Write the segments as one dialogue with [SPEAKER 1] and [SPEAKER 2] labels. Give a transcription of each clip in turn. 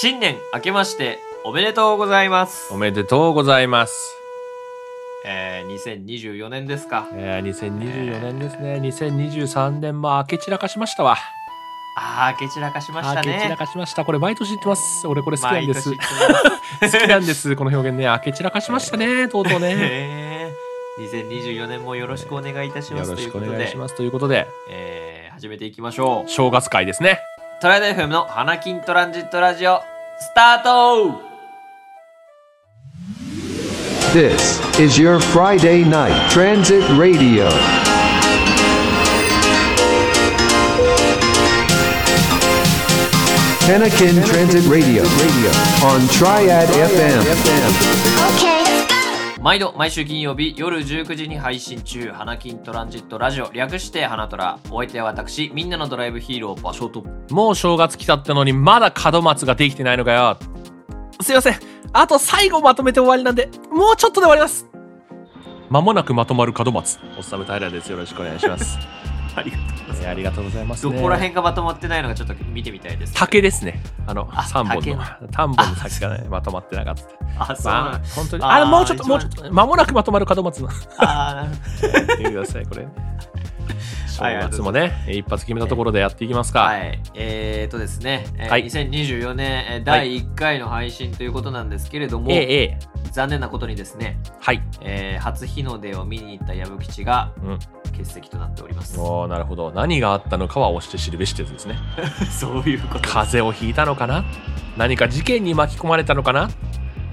[SPEAKER 1] 新年明けましておめでとうございます
[SPEAKER 2] お。めでとうございます。
[SPEAKER 1] えー、2024年ですか。
[SPEAKER 2] えー、2024年ですね。2023年も明け散らかしましたわ。
[SPEAKER 1] あー、明け散らかしました
[SPEAKER 2] 明け散ら
[SPEAKER 1] ね。
[SPEAKER 2] かしました。これ毎年言ってます。俺これ好きなんです。
[SPEAKER 1] 毎
[SPEAKER 2] 好
[SPEAKER 1] 年言ってます
[SPEAKER 2] きなんです。この表現ね。明け散らかしましたね。 とうとうね。
[SPEAKER 1] えー、2024年もよろしくお願いいたし
[SPEAKER 2] よ
[SPEAKER 1] ま
[SPEAKER 2] ろ
[SPEAKER 1] す。とい
[SPEAKER 2] し
[SPEAKER 1] う
[SPEAKER 2] く
[SPEAKER 1] こ
[SPEAKER 2] お
[SPEAKER 1] と
[SPEAKER 2] 願いし
[SPEAKER 1] で、
[SPEAKER 2] ます。ということで、
[SPEAKER 1] えー、始めていきましょう。
[SPEAKER 2] 正月会ですね。
[SPEAKER 1] トライダイフ m の花金トランジットラジオ、スタート
[SPEAKER 3] This is your Friday night transit radio. Panakin Transit Radio on Triad FM.
[SPEAKER 1] 毎度毎週金曜日夜19時に配信中「花金トランジットラジオ」略して「花トラ」お相手は私みんなのドライブヒーロー場所と
[SPEAKER 2] もう正月来たってのに、まだ門松ができてないのかよ。すいません。あと最後まとめて終わりなんで、もうちょっとで終わり ます。まもなくまとまる門松。おっさむ平です。よろしくお願いします。
[SPEAKER 1] ありがとうご
[SPEAKER 2] えーありがとうございます、
[SPEAKER 1] ど
[SPEAKER 2] ね。
[SPEAKER 1] こら辺がまとまってないのかちょっと見てみたいです
[SPEAKER 2] 竹ですね。あの、
[SPEAKER 1] あ
[SPEAKER 2] 三本
[SPEAKER 1] 竹
[SPEAKER 2] の
[SPEAKER 1] な。
[SPEAKER 2] 三本の竹がね、まとまってなかった。
[SPEAKER 1] あそうな
[SPEAKER 2] まあ
[SPEAKER 1] ん、
[SPEAKER 2] 本当に。
[SPEAKER 1] あー
[SPEAKER 2] あの、もうちょっと、
[SPEAKER 1] 一番
[SPEAKER 2] もうちょっと、間もなくまとまる門 松の。
[SPEAKER 1] あーな るほど
[SPEAKER 2] 言ってください、これ。正
[SPEAKER 1] はいありがと
[SPEAKER 2] 月
[SPEAKER 1] うご
[SPEAKER 2] もね、一発決めたところでやっていきますか。
[SPEAKER 1] はいえー、とですね、えー
[SPEAKER 2] はい
[SPEAKER 1] 2024年えー第1回の配信ということなんですけれども、
[SPEAKER 2] ええ、ええ。
[SPEAKER 1] 残念なことにですね、
[SPEAKER 2] はい。
[SPEAKER 1] えー初日の出を見に行った矢吹吉が
[SPEAKER 2] うん。
[SPEAKER 1] 欠席となっておりますそ
[SPEAKER 2] おーなるほど。何があったのかは押して知るべしってやつですね。
[SPEAKER 1] ういうことです
[SPEAKER 2] 風邪をひいたのかな何か事件に巻き込まれたのかな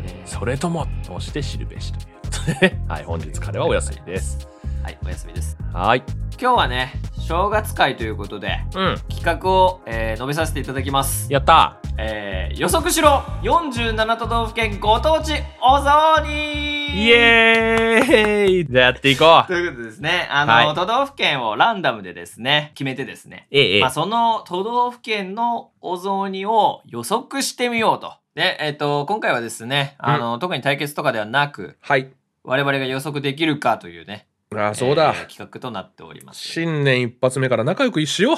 [SPEAKER 1] えー
[SPEAKER 2] それとも、押して知るべしということで。 はい、本日彼はお休みです。
[SPEAKER 1] はいお休みです
[SPEAKER 2] はい。
[SPEAKER 1] 今日はね正月会ということで
[SPEAKER 2] うん。
[SPEAKER 1] 企画を、えー述べさせていただきます、
[SPEAKER 2] やった
[SPEAKER 1] えー予測しろ47都道府県ご当地お雑煮
[SPEAKER 2] イエーイじゃあやっていこ う
[SPEAKER 1] ということでですねあの、
[SPEAKER 2] はい
[SPEAKER 1] 都道府県をランダムでですね決めてですね、
[SPEAKER 2] ええ、
[SPEAKER 1] まあ、その都道府県のお雑煮を予測してみようとで、えっと今回はですねあの、特に対決とかではなく
[SPEAKER 2] はい。
[SPEAKER 1] 我々が予測できるかというね
[SPEAKER 2] ああ、そうだ、
[SPEAKER 1] えー企画となっております
[SPEAKER 2] 新年一発目から仲良くしよ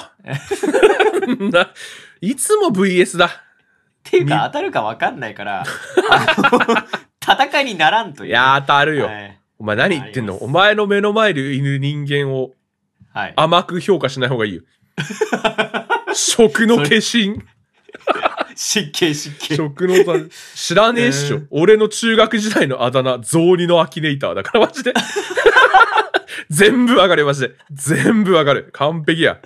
[SPEAKER 2] う。ないつも VS だ。
[SPEAKER 1] っていうか当たるか分かんないからあ の戦いにならんという
[SPEAKER 2] いやー、当たるよ。
[SPEAKER 1] はい
[SPEAKER 2] お前何言ってんの
[SPEAKER 1] あります
[SPEAKER 2] お前の目の前でいる人間を
[SPEAKER 1] はい、
[SPEAKER 2] 甘く評価しない方が いいよ。食の化身。
[SPEAKER 1] 失敬失敬
[SPEAKER 2] 食の化知らねえっしょ、
[SPEAKER 1] えー
[SPEAKER 2] 俺の中学時代のあだ名、雑煮のアキネイターだから マジで。全部わかるよ、マジで。全部わかる。完璧や。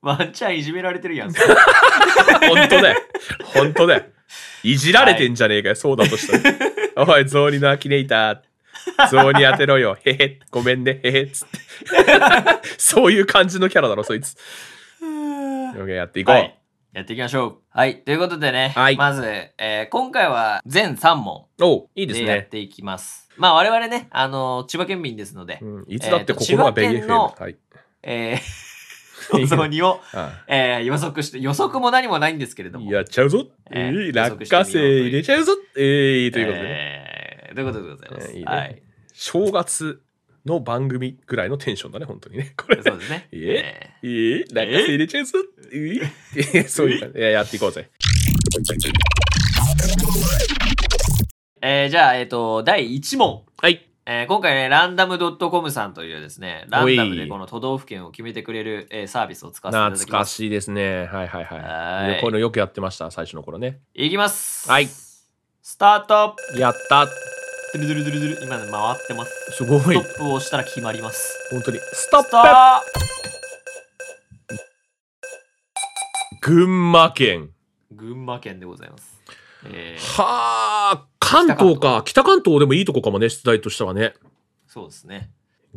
[SPEAKER 1] ワンチャンいじめられてるやん
[SPEAKER 2] 本当だよ。本当だよ。いじられてんじゃねえかよ、そうだとしたら。おい、ゾウニのアキネイター。ゾウニ当てろよ。へへ、ごめんね、へへっつって。 そういう感じのキャラだろ、そいつ。OK、やっていこう。
[SPEAKER 1] はいやっていきましょうはいということでね、
[SPEAKER 2] はい
[SPEAKER 1] まず、えー今回は全3問
[SPEAKER 2] おういいです
[SPEAKER 1] でやっ
[SPEAKER 2] ね。
[SPEAKER 1] ていきますまあ我々ねあの千葉県民ですので、
[SPEAKER 2] うん、いつだって心はベイ
[SPEAKER 1] えー
[SPEAKER 2] エ
[SPEAKER 1] と千葉県
[SPEAKER 2] FM。
[SPEAKER 1] の
[SPEAKER 2] はい。
[SPEAKER 1] えーお雑煮を、
[SPEAKER 2] あ
[SPEAKER 1] えー予測して予測も何もないんですけれど
[SPEAKER 2] あ
[SPEAKER 1] も
[SPEAKER 2] やっちゃうぞ。
[SPEAKER 1] え
[SPEAKER 2] え
[SPEAKER 1] ー
[SPEAKER 2] ー、落花生入れちゃうぞ。えー、ということでね。
[SPEAKER 1] えーということでございます、
[SPEAKER 2] えーいいね
[SPEAKER 1] はい
[SPEAKER 2] 正月の番組ぐらいのテンションだね、本当にね。これ。
[SPEAKER 1] そうです ね
[SPEAKER 2] えーええなんか入れちゃうぞ。ええそういう感 じ。いや、やっていこうぜ。
[SPEAKER 1] えーじゃあ、えっ、と、第1問。
[SPEAKER 2] はい。
[SPEAKER 1] えー今回ね、ランダム .com さんというですね、ランダムでこの都道府県を決めてくれる、えーサービスを使わせていただ
[SPEAKER 2] 懐
[SPEAKER 1] き
[SPEAKER 2] か
[SPEAKER 1] ます。
[SPEAKER 2] しいですね。はいはいはい。
[SPEAKER 1] はーい
[SPEAKER 2] こういうのよくやってました、最初の頃ね。
[SPEAKER 1] いきます。
[SPEAKER 2] はい
[SPEAKER 1] スタート
[SPEAKER 2] やった。
[SPEAKER 1] ドゥルドゥルドゥルドゥル今ね回ってます。
[SPEAKER 2] すご
[SPEAKER 1] ス
[SPEAKER 2] い
[SPEAKER 1] ト。ップを押したら決まります。
[SPEAKER 2] 本当に。スト
[SPEAKER 1] ス
[SPEAKER 2] ッ
[SPEAKER 1] タ
[SPEAKER 2] プ群馬県。
[SPEAKER 1] ー群馬県でございます。えー
[SPEAKER 2] はあ、関東か。北関東でもいいとこかもね、出題としてはね。
[SPEAKER 1] そうですね。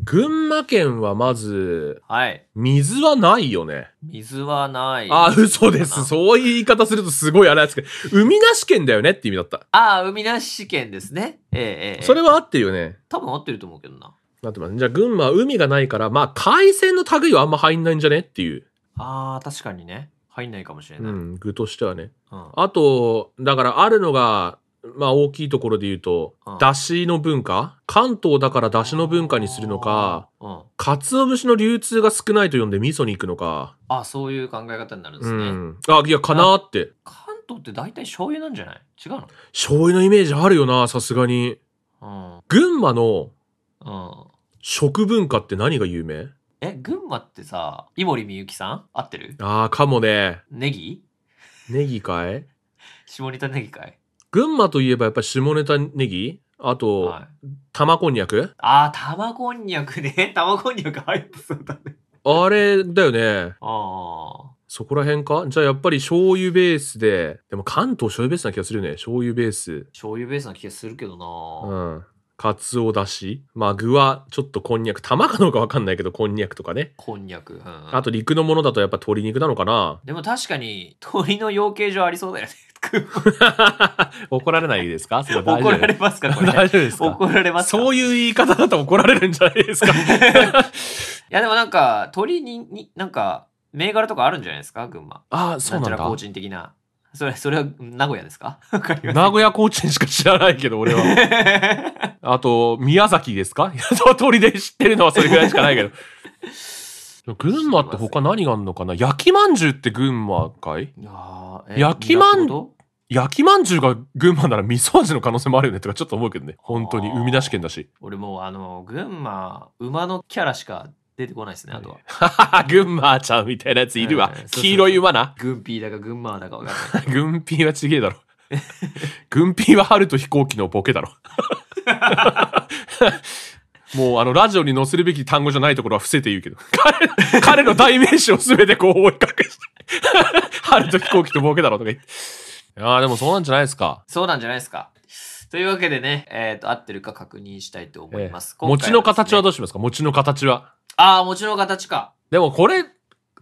[SPEAKER 2] 群馬県はまず、
[SPEAKER 1] はい。
[SPEAKER 2] 水はないよね。
[SPEAKER 1] 水はない。
[SPEAKER 2] あ、嘘で
[SPEAKER 1] かな
[SPEAKER 2] す。そういう言い方するとすごいあれなんですけど、海なし県だよねって意味だった。
[SPEAKER 1] あー海なし県ですね。えーえーえー
[SPEAKER 2] それは合ってるよね。
[SPEAKER 1] 多分合ってると思うけどな。
[SPEAKER 2] なってますね。じゃあ、群馬は海がないから、まあ、海鮮の類はあんま入んないんじゃねっていう。
[SPEAKER 1] あー確かにね。入んないかもしれ
[SPEAKER 2] う
[SPEAKER 1] ない。うん。
[SPEAKER 2] ん、具としてはね。
[SPEAKER 1] あ
[SPEAKER 2] あと、だからあるのが、まあ大きいところで言うと
[SPEAKER 1] うん、
[SPEAKER 2] だしの文化関東だからだしの文化にするのか、
[SPEAKER 1] うん。
[SPEAKER 2] 鰹節の流通が少ないと呼んで味噌に行くのか。
[SPEAKER 1] あそういう考え方になるんで
[SPEAKER 2] う
[SPEAKER 1] すね。
[SPEAKER 2] ん。あ、いや、かなーって。
[SPEAKER 1] 関トって大体醤油なんじゃない違うの
[SPEAKER 2] 醤油のイメージあるよな、さすがに。
[SPEAKER 1] うん。
[SPEAKER 2] 群馬の
[SPEAKER 1] うん。
[SPEAKER 2] 食文化って何が有名
[SPEAKER 1] え、群馬ってさ、井森美幸さん合ってる
[SPEAKER 2] ああ、かもね。
[SPEAKER 1] ネギ
[SPEAKER 2] ネギかい
[SPEAKER 1] 下ネタネギかい
[SPEAKER 2] 群馬といえばやっぱ下ネタネギあと、
[SPEAKER 1] はい。
[SPEAKER 2] 玉こんにゃく
[SPEAKER 1] あー、玉こんにゃくね。 玉こんにゃく入ってそうだね。
[SPEAKER 2] あれだよね。
[SPEAKER 1] あ
[SPEAKER 2] そこら辺かじゃあやっぱり醤油ベースで、でも関東醤油ベースな気がするよね。醤油ベース
[SPEAKER 1] ー。。醤油ベースな気がするけどな、
[SPEAKER 2] うん。かつおだし。まあ具はちょっとこんにゃく。玉かどうかわかんないけど、こんにゃくとかね。
[SPEAKER 1] こんにゃく。うん。
[SPEAKER 2] あと陸のものだとやっぱ鶏肉なのかな
[SPEAKER 1] でも確かに、鳥の養鶏場ありそうだよね。
[SPEAKER 2] 怒られないですかそれ大丈
[SPEAKER 1] 怒
[SPEAKER 2] 夫
[SPEAKER 1] られますかこれ。
[SPEAKER 2] 大丈夫です か
[SPEAKER 1] 怒られますか
[SPEAKER 2] そういう言い方だと怒られるんじゃないです か
[SPEAKER 1] いやでもなんか鳥にになんか銘柄とかあるんじゃないですか群馬
[SPEAKER 2] ああ、そうなん
[SPEAKER 1] ちゃら
[SPEAKER 2] だ
[SPEAKER 1] 高。人的なそれそれは名古屋ですかわかりま
[SPEAKER 2] 名古屋コーチンしか知らないけど、俺は。
[SPEAKER 1] せん
[SPEAKER 2] あと、宮崎ですか 通りで知ってるのはそれぐらいしかないけど。群馬って他何があんのかな焼きまんじゅうって群馬かい
[SPEAKER 1] いやーえ
[SPEAKER 2] 焼きま
[SPEAKER 1] み
[SPEAKER 2] ん
[SPEAKER 1] なってこ
[SPEAKER 2] 焼きまんじゅうが群馬なら味噌味の可能性もあるよねとかちょっと思うけどね。本当に
[SPEAKER 1] あー
[SPEAKER 2] 生み出し県だし。
[SPEAKER 1] と俺もうあの群馬馬のキャラしか出てこないですねあとは
[SPEAKER 2] 群馬ちゃんみたいなやついるわ
[SPEAKER 1] えーそう。そうそう
[SPEAKER 2] 黄色い馬な。
[SPEAKER 1] 群ピーだか群馬だかわかんない
[SPEAKER 2] 軍ピーはちげえだろ。軍ピーは春と飛行機のボケだろ。もうあのラジオに載せるべき単語じゃないところは伏せて言うけど彼彼の代名詞を全てこう覆い隠して春と飛行機とボケだろとか言ってああでもそうなんじゃないですか、
[SPEAKER 1] そうなんじゃないですかというわけでね、えっと合ってるか確認したいと思います、今回
[SPEAKER 2] 餅の形は
[SPEAKER 1] ですね
[SPEAKER 2] どうしますか餅の形は
[SPEAKER 1] ああ餅の形か
[SPEAKER 2] でもこれ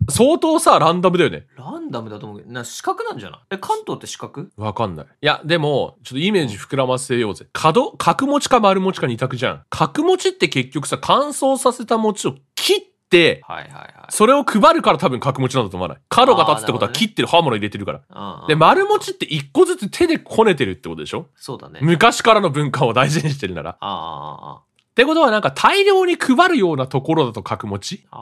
[SPEAKER 2] 相当さランダムだよね
[SPEAKER 1] ランダムだと思うけどな四角なんじゃないえ関東って四角
[SPEAKER 2] わかんないいやでもちょっとイメージ膨らませようぜ角角餅か丸餅か二択じゃん角餅って結局さ乾燥させた餅を切って
[SPEAKER 1] はいはいはい
[SPEAKER 2] それを配るから多分角餅なんだと思わない。角が立つってことは
[SPEAKER 1] あーなるほどね
[SPEAKER 2] 切ってる刃物入れてるから。
[SPEAKER 1] うんうん
[SPEAKER 2] で、丸餅って一個ずつ手でこねてるってことでしょ
[SPEAKER 1] そうだね。
[SPEAKER 2] 昔からの文化を大事にしてるなら。っ
[SPEAKER 1] あ
[SPEAKER 2] てことはなんか大量に配るようなところだと角餅
[SPEAKER 1] あ、あ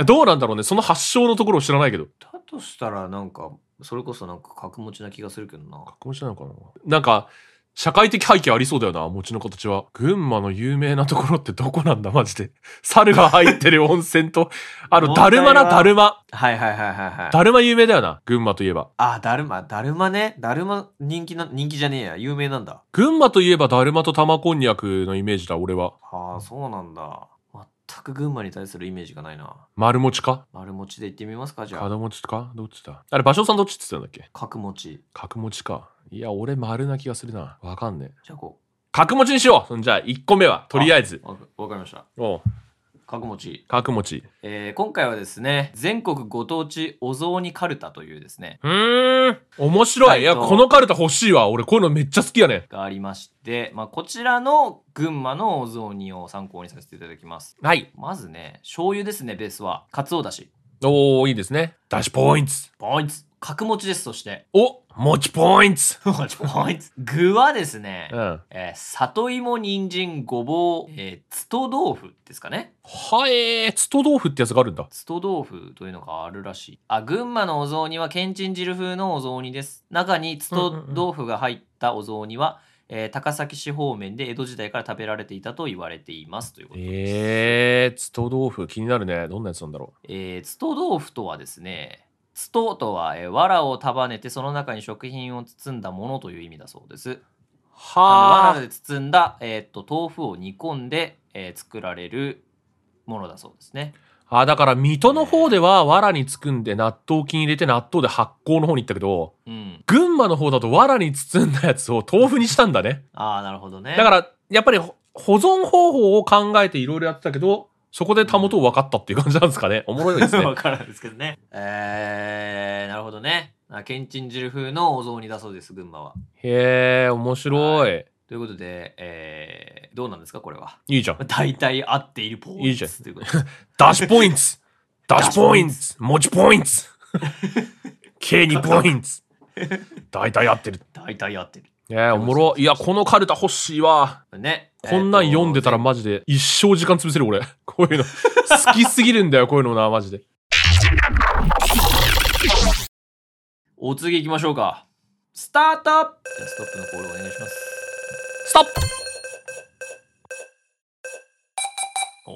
[SPEAKER 1] あ。
[SPEAKER 2] どうなんだろうねその発祥のところを知らないけど。
[SPEAKER 1] だとしたら、なんか、それこそなんか格持ちな気がするけどな。
[SPEAKER 2] 角餅なのかななんか、社会的背景ありそうだよな、餅の形は。群馬の有名なところってどこなんだ、マジで。猿が入ってる温泉と、あの、
[SPEAKER 1] 問題
[SPEAKER 2] だ
[SPEAKER 1] は
[SPEAKER 2] るまな、だるま。
[SPEAKER 1] はいはいはいはいはい。
[SPEAKER 2] だるま有名だよな、群馬といえば。
[SPEAKER 1] あ、だるま、だるまね。だるま人気な、人気じゃねえや。有名なんだ。
[SPEAKER 2] 群馬といえばだるまと玉こんにゃくのイメージだ、俺は。
[SPEAKER 1] ああ、そうなんだ。全く群馬に対するイメージがないな。
[SPEAKER 2] 丸餅か
[SPEAKER 1] 丸餅で行ってみますか、じゃあ。
[SPEAKER 2] 角餅かどっちだあれ、場所さんどっちって言ってたんだっけ
[SPEAKER 1] 角餅。
[SPEAKER 2] 角餅か。いや、俺丸な気がするな。わかんねえ。
[SPEAKER 1] じゃあこ
[SPEAKER 2] 角餅にしようそんじゃあ、1個目は、とりあえず。
[SPEAKER 1] う。わかわかりました。
[SPEAKER 2] おう
[SPEAKER 1] 角餅、
[SPEAKER 2] 角餅。
[SPEAKER 1] えー今回はですね、全国ご当地お雑煮カルタというですね、
[SPEAKER 2] うーん。面白い。いや、このカルタ欲しいわ。俺、こういうのめっちゃ好きやねん。
[SPEAKER 1] がありまして、まあ、こちらの群馬のお雑煮を参考にさせていただきます
[SPEAKER 2] はい。
[SPEAKER 1] まずね醤油ですねベースはかつおだし
[SPEAKER 2] おー、いいですね。ダッシュポイント。
[SPEAKER 1] ポイント角餅ですそして
[SPEAKER 2] お餅ポイント。
[SPEAKER 1] ポイント具はですね、
[SPEAKER 2] うん。は
[SPEAKER 1] えー里芋人参ごぼう、えー、つと豆腐ですかね
[SPEAKER 2] えー、つと豆腐ってやつがあるんだ。
[SPEAKER 1] つと豆腐というのがあるらしいあ群馬のお雑煮はけんちん汁風のお雑煮です中につと豆腐が入ったお雑煮は、えー高崎市方面で江戸時代から食べられていたと言われていますということです、
[SPEAKER 2] えー、つと豆腐気になるね。どんなやつなんだろ
[SPEAKER 1] えー、つと豆腐とはですねつととは、えー、藁を束ねてその中に食品を包んだものという意味だそうです
[SPEAKER 2] う。
[SPEAKER 1] なので藁
[SPEAKER 2] ー
[SPEAKER 1] で包んだ、えー、と豆腐を煮込んで、えー作られるものだそうですね
[SPEAKER 2] あー、だから、水戸の方では、藁につくんで納豆菌入れて納豆で発酵の方に行ったけど、
[SPEAKER 1] うん
[SPEAKER 2] 群馬の方だと藁に包んだやつを豆腐にしたんだね。
[SPEAKER 1] ああなるほど ね。
[SPEAKER 2] だから、やっぱりほ保存方法を考えていろいろやってたけど、そこでたもとを分かったっていう感じなんですかね。おもろい ですね
[SPEAKER 1] わからんですけどねえー、なるほどねあけんちん汁風のお雑煮だそうです群馬は
[SPEAKER 2] へえ、面白い。
[SPEAKER 1] ということで、えー、どうなんですかこれは
[SPEAKER 2] いいじゃん。
[SPEAKER 1] 大体合っているポーズ
[SPEAKER 2] いいじゃん
[SPEAKER 1] ということで
[SPEAKER 2] ダッシュポイント ダッシュポイント
[SPEAKER 1] ダッ
[SPEAKER 2] 持ちポイント 計にポイント大体合ってる。
[SPEAKER 1] 大体合ってる
[SPEAKER 2] えー、おもろ。いや、このカルタ欲しいわ。
[SPEAKER 1] ね
[SPEAKER 2] こんなん読んでたら
[SPEAKER 1] えーと
[SPEAKER 2] マジで一生時間潰せる俺。 こういうの。好きすぎるんだよ、こういうのな、マジで。
[SPEAKER 1] お次行きましょうか。スタートじゃあストップのコールお願いします。
[SPEAKER 2] ストップ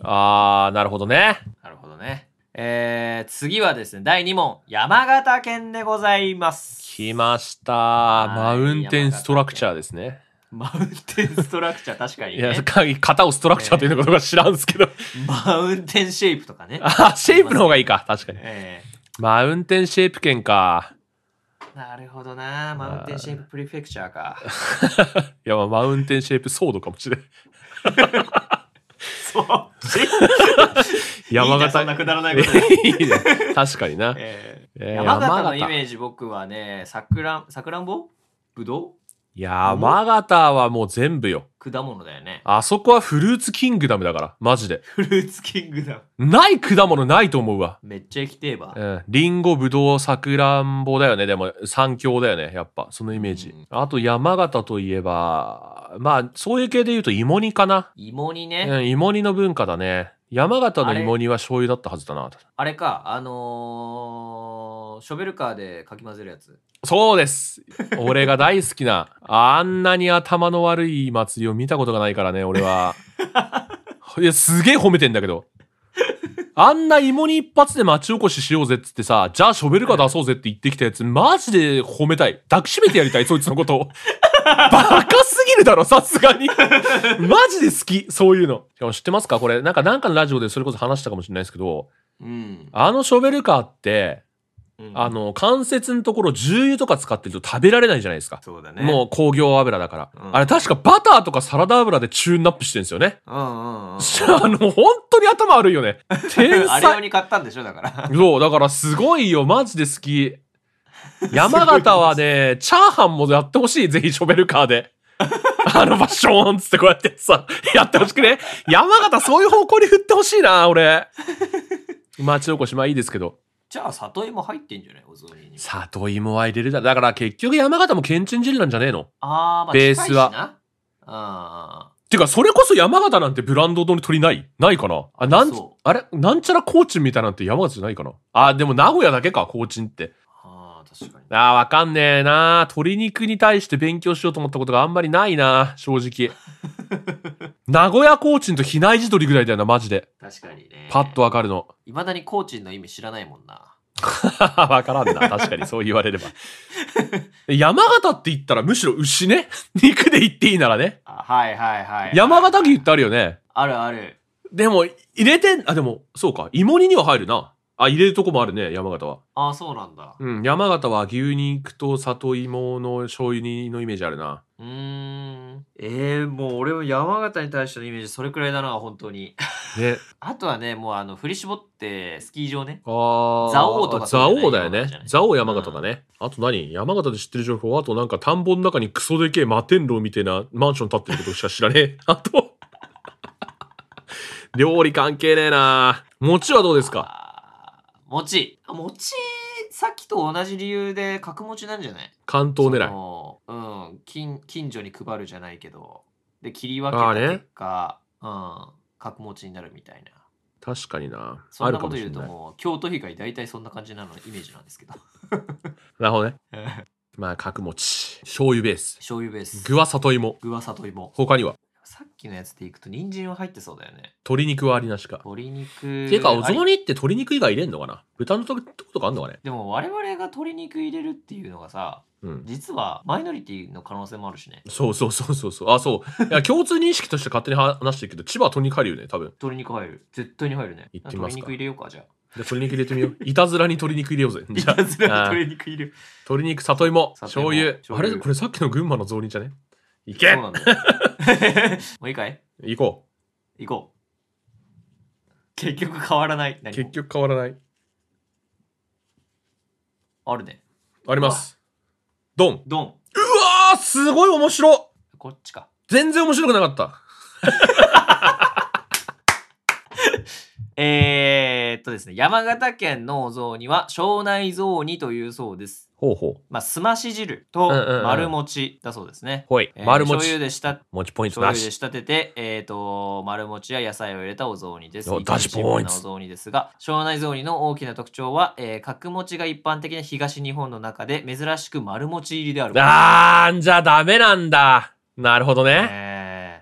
[SPEAKER 2] あー、なるほどね。
[SPEAKER 1] なるほどね。えー、次はですね、第2問、山形県でございます。
[SPEAKER 2] 来ました。
[SPEAKER 1] い
[SPEAKER 2] マウンテンストラクチャーですね。
[SPEAKER 1] マウンテンストラクチャー、確かに、
[SPEAKER 2] いや、
[SPEAKER 1] ね。
[SPEAKER 2] か型をストラクチャーということが知らんすけど。
[SPEAKER 1] マウンテンシェイプとか ね。
[SPEAKER 2] あ、シェイプの方がいいか。確かに。
[SPEAKER 1] え
[SPEAKER 2] マウンテンシェイプ券か。
[SPEAKER 1] ー、なるほどな。マウンテンシェイププリフェクチャー か。
[SPEAKER 2] いや、まあマウンテンシェイプソードかもしれん。
[SPEAKER 1] そう。
[SPEAKER 2] 山
[SPEAKER 1] いいね
[SPEAKER 2] 形。
[SPEAKER 1] そんなくだらないこと
[SPEAKER 2] いいね確かにな。
[SPEAKER 1] えー
[SPEAKER 2] えー
[SPEAKER 1] 山形の
[SPEAKER 2] 山形
[SPEAKER 1] イメージ、僕はね、さくらん、さくらんぼぶど
[SPEAKER 2] 山形はもう全部よ。
[SPEAKER 1] う果物だよね。
[SPEAKER 2] あそこはフルーツキングダムだから。マジで。
[SPEAKER 1] フルーツキングダム。
[SPEAKER 2] ない果物ないと思うわ。
[SPEAKER 1] めっちゃ生きてえば
[SPEAKER 2] う。ん。リンゴ、ブドウ、サクランボだよね。でも、三強だよね。やっぱ、そのイメージ。
[SPEAKER 1] うん
[SPEAKER 2] あと、山形といえば、まあ、そういう系で言うと芋煮かな。
[SPEAKER 1] 芋にね、
[SPEAKER 2] うん、芋煮の文化だね。山形の芋煮は醤油だったはずだな。
[SPEAKER 1] あれか、あのー、ショベルカーでかき混ぜるやつ。
[SPEAKER 2] そうです。俺が大好きな、あんなに頭の悪い祭りを見たことがないからね、俺は。いや、すげえ褒めてんだけど。あんな芋に一発で町おこししようぜっつってさ、じゃあショベルカー出そうぜって言ってきたやつ、マジで褒めたい。抱きしめてやりたい、そいつのことを。バカすぎるだろ、さすがに。マジで好き、そういうの。しかも知ってますかこれ、なんか、なんかのラジオでそれこそ話したかもしれないですけど、
[SPEAKER 1] うん。
[SPEAKER 2] あのショベルカーって、
[SPEAKER 1] うん
[SPEAKER 2] あの、関節のところ重油とか使ってると食べられないじゃないですか。
[SPEAKER 1] そうだね。
[SPEAKER 2] もう工業油だから。
[SPEAKER 1] うん
[SPEAKER 2] あれ確かバターとかサラダ油でチューンナップしてるんですよね。
[SPEAKER 1] うんうんうん。
[SPEAKER 2] あの、本当に頭悪いよね。天
[SPEAKER 1] あれ用
[SPEAKER 2] 才。
[SPEAKER 1] に買ったんでしょだから。
[SPEAKER 2] そう、だからすごいよ。マジで好き。山形はね、チャーハンもやってほしい。ぜひショベルカ ーで。あの、バッショーンっつってこうやってさ、やってほしくね。山形そういう方向に振ってほしい な、俺。町おこし、まあいいですけど。
[SPEAKER 1] じゃあ、里芋入ってんじゃないお雑煮に。
[SPEAKER 2] 里芋は入れるだだから結局山形もけんちん汁なんじゃねえのっ
[SPEAKER 1] あー、まあ、
[SPEAKER 2] ベースは
[SPEAKER 1] 近いしな。あ
[SPEAKER 2] ていうかそれこそ山形なんてブランドの鳥ないないかなあなん
[SPEAKER 1] そ
[SPEAKER 2] あれなんちゃら高知みたいなんて山形じゃないかなあでも名古屋だけか高知って
[SPEAKER 1] ーあー、確かに。
[SPEAKER 2] あーわかんねえな鶏肉に対して勉強しようと思ったことがあんまりないな正直名古屋高知と比内地鶏ぐらいだよなマジで
[SPEAKER 1] 確かにね。
[SPEAKER 2] パッと。わかるの
[SPEAKER 1] いまだにコーチンの意味知らないもんな。
[SPEAKER 2] わからんな確かにそう言われれば山形って言ったらむしろ牛ね 肉で言っていいならね
[SPEAKER 1] あはいはいはい。
[SPEAKER 2] 山形牛ってあるよね。
[SPEAKER 1] あるある。
[SPEAKER 2] でも、入れてん、あ、でも、そうか。芋煮には入るな。あ、入れるとこもあるね、山形は。
[SPEAKER 1] ああ、そうなんだ。
[SPEAKER 2] うん、山形は牛肉と里芋の醤油煮のイメージあるな。
[SPEAKER 1] うーん。えー、もう俺も山形に対してのイメージそれくらいだな、本当に。
[SPEAKER 2] ね。
[SPEAKER 1] あとはね、もうあの、振り絞って、スキー場ね。
[SPEAKER 2] あー
[SPEAKER 1] 蔵王とか
[SPEAKER 2] 蔵王だよね
[SPEAKER 1] 山形じゃな。い
[SPEAKER 2] 蔵王山形だね。あと何山形で知ってる情報あとなんか田んぼの中にクソでけえ摩天楼みたいなマンション建ってることしか知らねえ。 あと、料理関係ねえな。餅はどうですか
[SPEAKER 1] あー餅。あ餅、さっきと同じ理由で角餅なんじゃない
[SPEAKER 2] 関東狙い。
[SPEAKER 1] そのうん近。近所に配るじゃないけど。で、切り分けた結果、うん。角餅になるみたいな。
[SPEAKER 2] 確かにな。
[SPEAKER 1] そ
[SPEAKER 2] あ
[SPEAKER 1] んな
[SPEAKER 2] るか
[SPEAKER 1] こ
[SPEAKER 2] も
[SPEAKER 1] と
[SPEAKER 2] し
[SPEAKER 1] 言う
[SPEAKER 2] れ
[SPEAKER 1] と
[SPEAKER 2] ない。
[SPEAKER 1] もう、京都以外大体そんな感じなのイメージなんですけ ど。
[SPEAKER 2] なるほどね。まあ、角餅。醤油ベース。
[SPEAKER 1] 醤油ベース。
[SPEAKER 2] 具は里芋。
[SPEAKER 1] 具は里芋。
[SPEAKER 2] 他には
[SPEAKER 1] さっきのやつでいくと人参は入ってそうだよね。
[SPEAKER 2] 鶏肉はありなしか。
[SPEAKER 1] 鶏肉。
[SPEAKER 2] ていうか、お雑
[SPEAKER 1] あり
[SPEAKER 2] 煮って鶏肉以外入れんのかな豚のとことかあんのかね
[SPEAKER 1] でも我々が鶏肉入れるっていうのがさ、
[SPEAKER 2] うん。
[SPEAKER 1] 実はマイノリティの可能性もあるしね。
[SPEAKER 2] そうそうそうそうそう。あ、そう。 いや、共通認識として勝手に話してるけど、千葉は鶏肉入るよね、多分。で
[SPEAKER 1] 鶏肉入る。絶対に入るね。
[SPEAKER 2] 行ってみます
[SPEAKER 1] 鶏
[SPEAKER 2] か
[SPEAKER 1] 肉入れようか、じゃあ。
[SPEAKER 2] 鶏肉入れて みよう。いたずらに鶏肉入れようぜ。じゃあ、
[SPEAKER 1] いたずらに
[SPEAKER 2] あー
[SPEAKER 1] 鶏肉入れる。
[SPEAKER 2] 鶏肉、里芋、
[SPEAKER 1] 里
[SPEAKER 2] 醤
[SPEAKER 1] 芋
[SPEAKER 2] 油。
[SPEAKER 1] 醤
[SPEAKER 2] あ
[SPEAKER 1] 油
[SPEAKER 2] れこれさっきの群馬の雑煮じゃねい
[SPEAKER 1] そう
[SPEAKER 2] け
[SPEAKER 1] なんだよ。 もういいかい
[SPEAKER 2] 行こ
[SPEAKER 1] 行こう。結局変わらない。
[SPEAKER 2] う。
[SPEAKER 1] 何
[SPEAKER 2] 結
[SPEAKER 1] も
[SPEAKER 2] 局変わらない。
[SPEAKER 1] あるね。
[SPEAKER 2] あります。ドン。う
[SPEAKER 1] ドン。
[SPEAKER 2] わーすごい面白
[SPEAKER 1] こっちか。
[SPEAKER 2] 全然面白くなかった。
[SPEAKER 1] えーっとですね、山形県のお雑煮は庄内雑煮というそうです。
[SPEAKER 2] ほうほう。
[SPEAKER 1] まあ、すまし汁と
[SPEAKER 2] うんうんうん
[SPEAKER 1] 丸餅だそうですね。
[SPEAKER 2] ほい。
[SPEAKER 1] えー
[SPEAKER 2] 丸
[SPEAKER 1] 醤
[SPEAKER 2] 餅。
[SPEAKER 1] 油でした
[SPEAKER 2] 持ちポイント
[SPEAKER 1] 醤
[SPEAKER 2] な
[SPEAKER 1] 油で
[SPEAKER 2] し。
[SPEAKER 1] 仕立てて、えー、と丸餅や野菜を入れたお雑煮です。
[SPEAKER 2] お
[SPEAKER 1] 一般シンプルな
[SPEAKER 2] ダッシュポイン
[SPEAKER 1] お
[SPEAKER 2] ト
[SPEAKER 1] 雑煮ですが、庄内雑煮の大きな特徴は、えー角餅が一般的な東日本の中で珍しく丸餅入りであること。
[SPEAKER 2] あーんじゃダメなんだ。なるほどね。
[SPEAKER 1] えー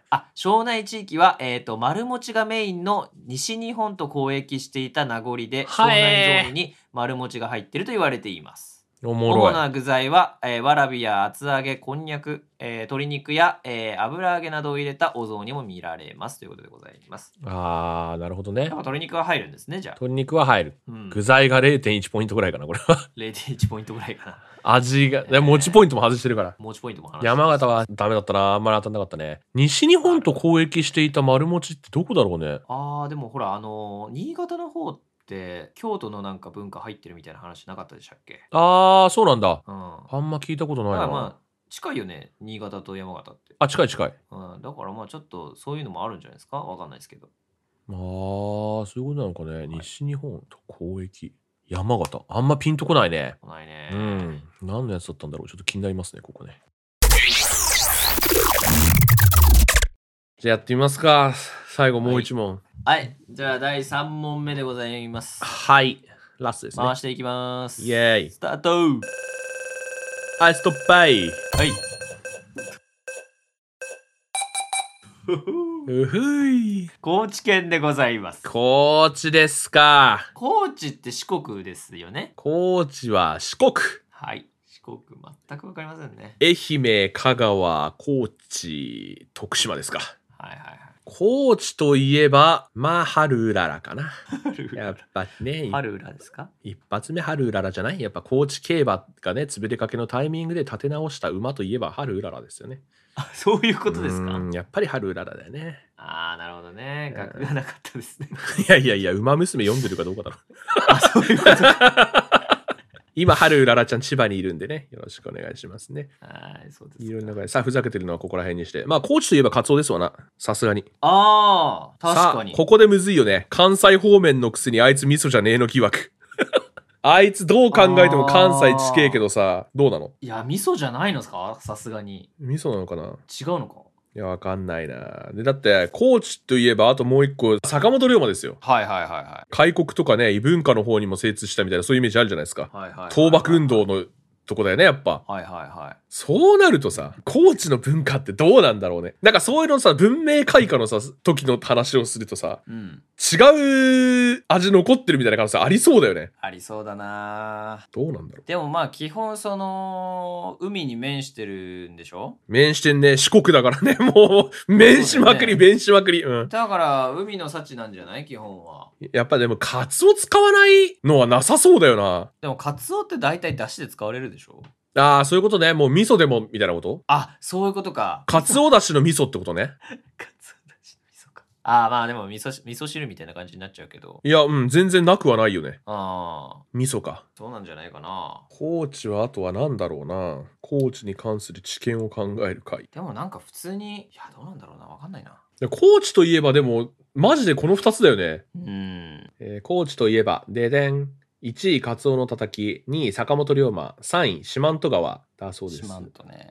[SPEAKER 1] あ庄内地域は、えー、と丸餅がメインの西日本と交易していた名残で、
[SPEAKER 2] は
[SPEAKER 1] 庄
[SPEAKER 2] え
[SPEAKER 1] 内
[SPEAKER 2] ー
[SPEAKER 1] 雑煮に丸餅が入っていると言われています。
[SPEAKER 2] おもろ
[SPEAKER 1] 主
[SPEAKER 2] い。
[SPEAKER 1] な具材は、えーわらびや厚揚げこんにゃく、えー鶏肉や、えー油揚げなどを入れたお雑煮も見られますということでございます。
[SPEAKER 2] あー、なるほど
[SPEAKER 1] やっ
[SPEAKER 2] ね
[SPEAKER 1] ぱ。鶏肉は入るんですね、じゃあ。
[SPEAKER 2] 鶏肉は入る。
[SPEAKER 1] うん、
[SPEAKER 2] 具材が0.1ポイントぐらいかな、これは。
[SPEAKER 1] 0.1ポイントぐらいかな。
[SPEAKER 2] 味が、でも持ちポイントも外してるから。
[SPEAKER 1] 持ちポイントも話してます
[SPEAKER 2] 山形はダメだったな。あんまり当たんなかったね。西日本と交易していた丸餅ってどこだろうね。
[SPEAKER 1] ああ、でもほら、あのー新潟の方って、京都のなんか文化入ってるみたいな話なかったでしたっけ
[SPEAKER 2] あー、そうなんだ。
[SPEAKER 1] うん。
[SPEAKER 2] あんま聞いたことない
[SPEAKER 1] だから
[SPEAKER 2] な。
[SPEAKER 1] まあ、近いよね、新潟と山形って。
[SPEAKER 2] あ、近い近い。
[SPEAKER 1] うん、だからまあ、ちょっとそういうのもあるんじゃないですかわかんないですけど。
[SPEAKER 2] ああ、そういうことなのかね。西日本と交易。山形。あんまピンとこないね。
[SPEAKER 1] 来ないうね。
[SPEAKER 2] ん。何のやつだったんだろう。ちょっと気になりますね、ここね。じゃあやってみますか。最後もう一問。
[SPEAKER 1] はい、じゃあ第3問目でございます。
[SPEAKER 2] はい。ラストですね。
[SPEAKER 1] 回していきます。
[SPEAKER 2] イェーイ
[SPEAKER 1] ス。タート
[SPEAKER 2] はい、ストップバイ。
[SPEAKER 1] はい。
[SPEAKER 2] うふい。
[SPEAKER 1] 高知県でございます。
[SPEAKER 2] 高知ですか。
[SPEAKER 1] 高知って四国ですよね。
[SPEAKER 2] 高知は四国。
[SPEAKER 1] はい。四国、全くわかりませんね。
[SPEAKER 2] 愛媛、香川、高知、徳島ですか。
[SPEAKER 1] はいはいはい。
[SPEAKER 2] 高知といえば、まあ、春うららかな。
[SPEAKER 1] 春
[SPEAKER 2] やっ
[SPEAKER 1] 裏。
[SPEAKER 2] ぱね、
[SPEAKER 1] 春裏ですか
[SPEAKER 2] 一発目春うららじゃないやっぱ高知競馬がね、潰れかけのタイミングで立て直した馬といえば春うららですよね。
[SPEAKER 1] あそういうことですか
[SPEAKER 2] うんやっぱり春うららだよね。
[SPEAKER 1] ああ、なるほどね。学がなかったですね。
[SPEAKER 2] いやいやいや、馬娘読んでるかどうかだろう。
[SPEAKER 1] あ、そういう こと。
[SPEAKER 2] 今、春うららちゃん千葉にいるんでね、よろしくお願いしますね。
[SPEAKER 1] はい、そうで
[SPEAKER 2] い
[SPEAKER 1] す
[SPEAKER 2] ろん
[SPEAKER 1] か。
[SPEAKER 2] な声さあ、ふざけてるのはここら辺にして。まあ、高知といえばカツオですわな。さすがに。
[SPEAKER 1] ああ、確か
[SPEAKER 2] さ
[SPEAKER 1] に
[SPEAKER 2] あ。ここでむずいよね。関西方面のくせにあいつ味噌じゃねえの疑惑。 あいつどう考えても関西地形けどさ、どうなの
[SPEAKER 1] いや、味噌じゃないのですかさすがに。
[SPEAKER 2] 味噌なのかな
[SPEAKER 1] 違うのか
[SPEAKER 2] いや、わかんないな。で、だって、高知といえば、あともう一個、坂本龍馬ですよ。
[SPEAKER 1] はいはいはいは
[SPEAKER 2] 開国とかね、異文化の方にも精通したみたいな、そういうイメージあるじゃないですか。
[SPEAKER 1] い。はいはい。
[SPEAKER 2] 倒幕運。動のとこだよね、やっぱ。
[SPEAKER 1] はいはいはい。
[SPEAKER 2] そうなるとさ、高知の文化ってどうなんだろうね。なんかそういうのさ、文明開化のさ、時の話をするとさ、
[SPEAKER 1] うん。
[SPEAKER 2] 違う味残ってるみたいな可能性ありそうだよね。
[SPEAKER 1] ありそうだな
[SPEAKER 2] どうなんだろう。
[SPEAKER 1] でもまあ基本その海に面してるんでしょ
[SPEAKER 2] 面してんね、四国だからね、 もう、面しまくり、
[SPEAKER 1] そうだ
[SPEAKER 2] 面しまくり。うん。
[SPEAKER 1] だから海の幸なんじゃない基本は
[SPEAKER 2] やっぱでも、カツオ使わないのはなさそうだよな。
[SPEAKER 1] でもカツオって大体出汁で使われるでしょ
[SPEAKER 2] ああ、そういうことね。もう味噌でも、みたいなこと
[SPEAKER 1] あそういうことか
[SPEAKER 2] カツオだしの味噌ってことね。
[SPEAKER 1] カツオだしの味噌か。ああ、まあでも味噌し味噌汁みたいな感じになっちゃうけど。
[SPEAKER 2] いや、うん、全然なくはないよね。
[SPEAKER 1] ああ、
[SPEAKER 2] 味噌か。
[SPEAKER 1] そうなんじゃないかな。
[SPEAKER 2] 高知はあとは何だろうな。高知に関する知見を考える会。
[SPEAKER 1] でもなんか普通に、いや、どうなんだろうな、わかんないな。
[SPEAKER 2] で高知といえばでも、マジでこの2つだよね。
[SPEAKER 1] うん。
[SPEAKER 2] えー高知といえば、ででん。1位、カツオのたたき。2位、坂本龍馬。3位、四万十川。だそうで
[SPEAKER 1] し
[SPEAKER 2] す。
[SPEAKER 1] まんとね。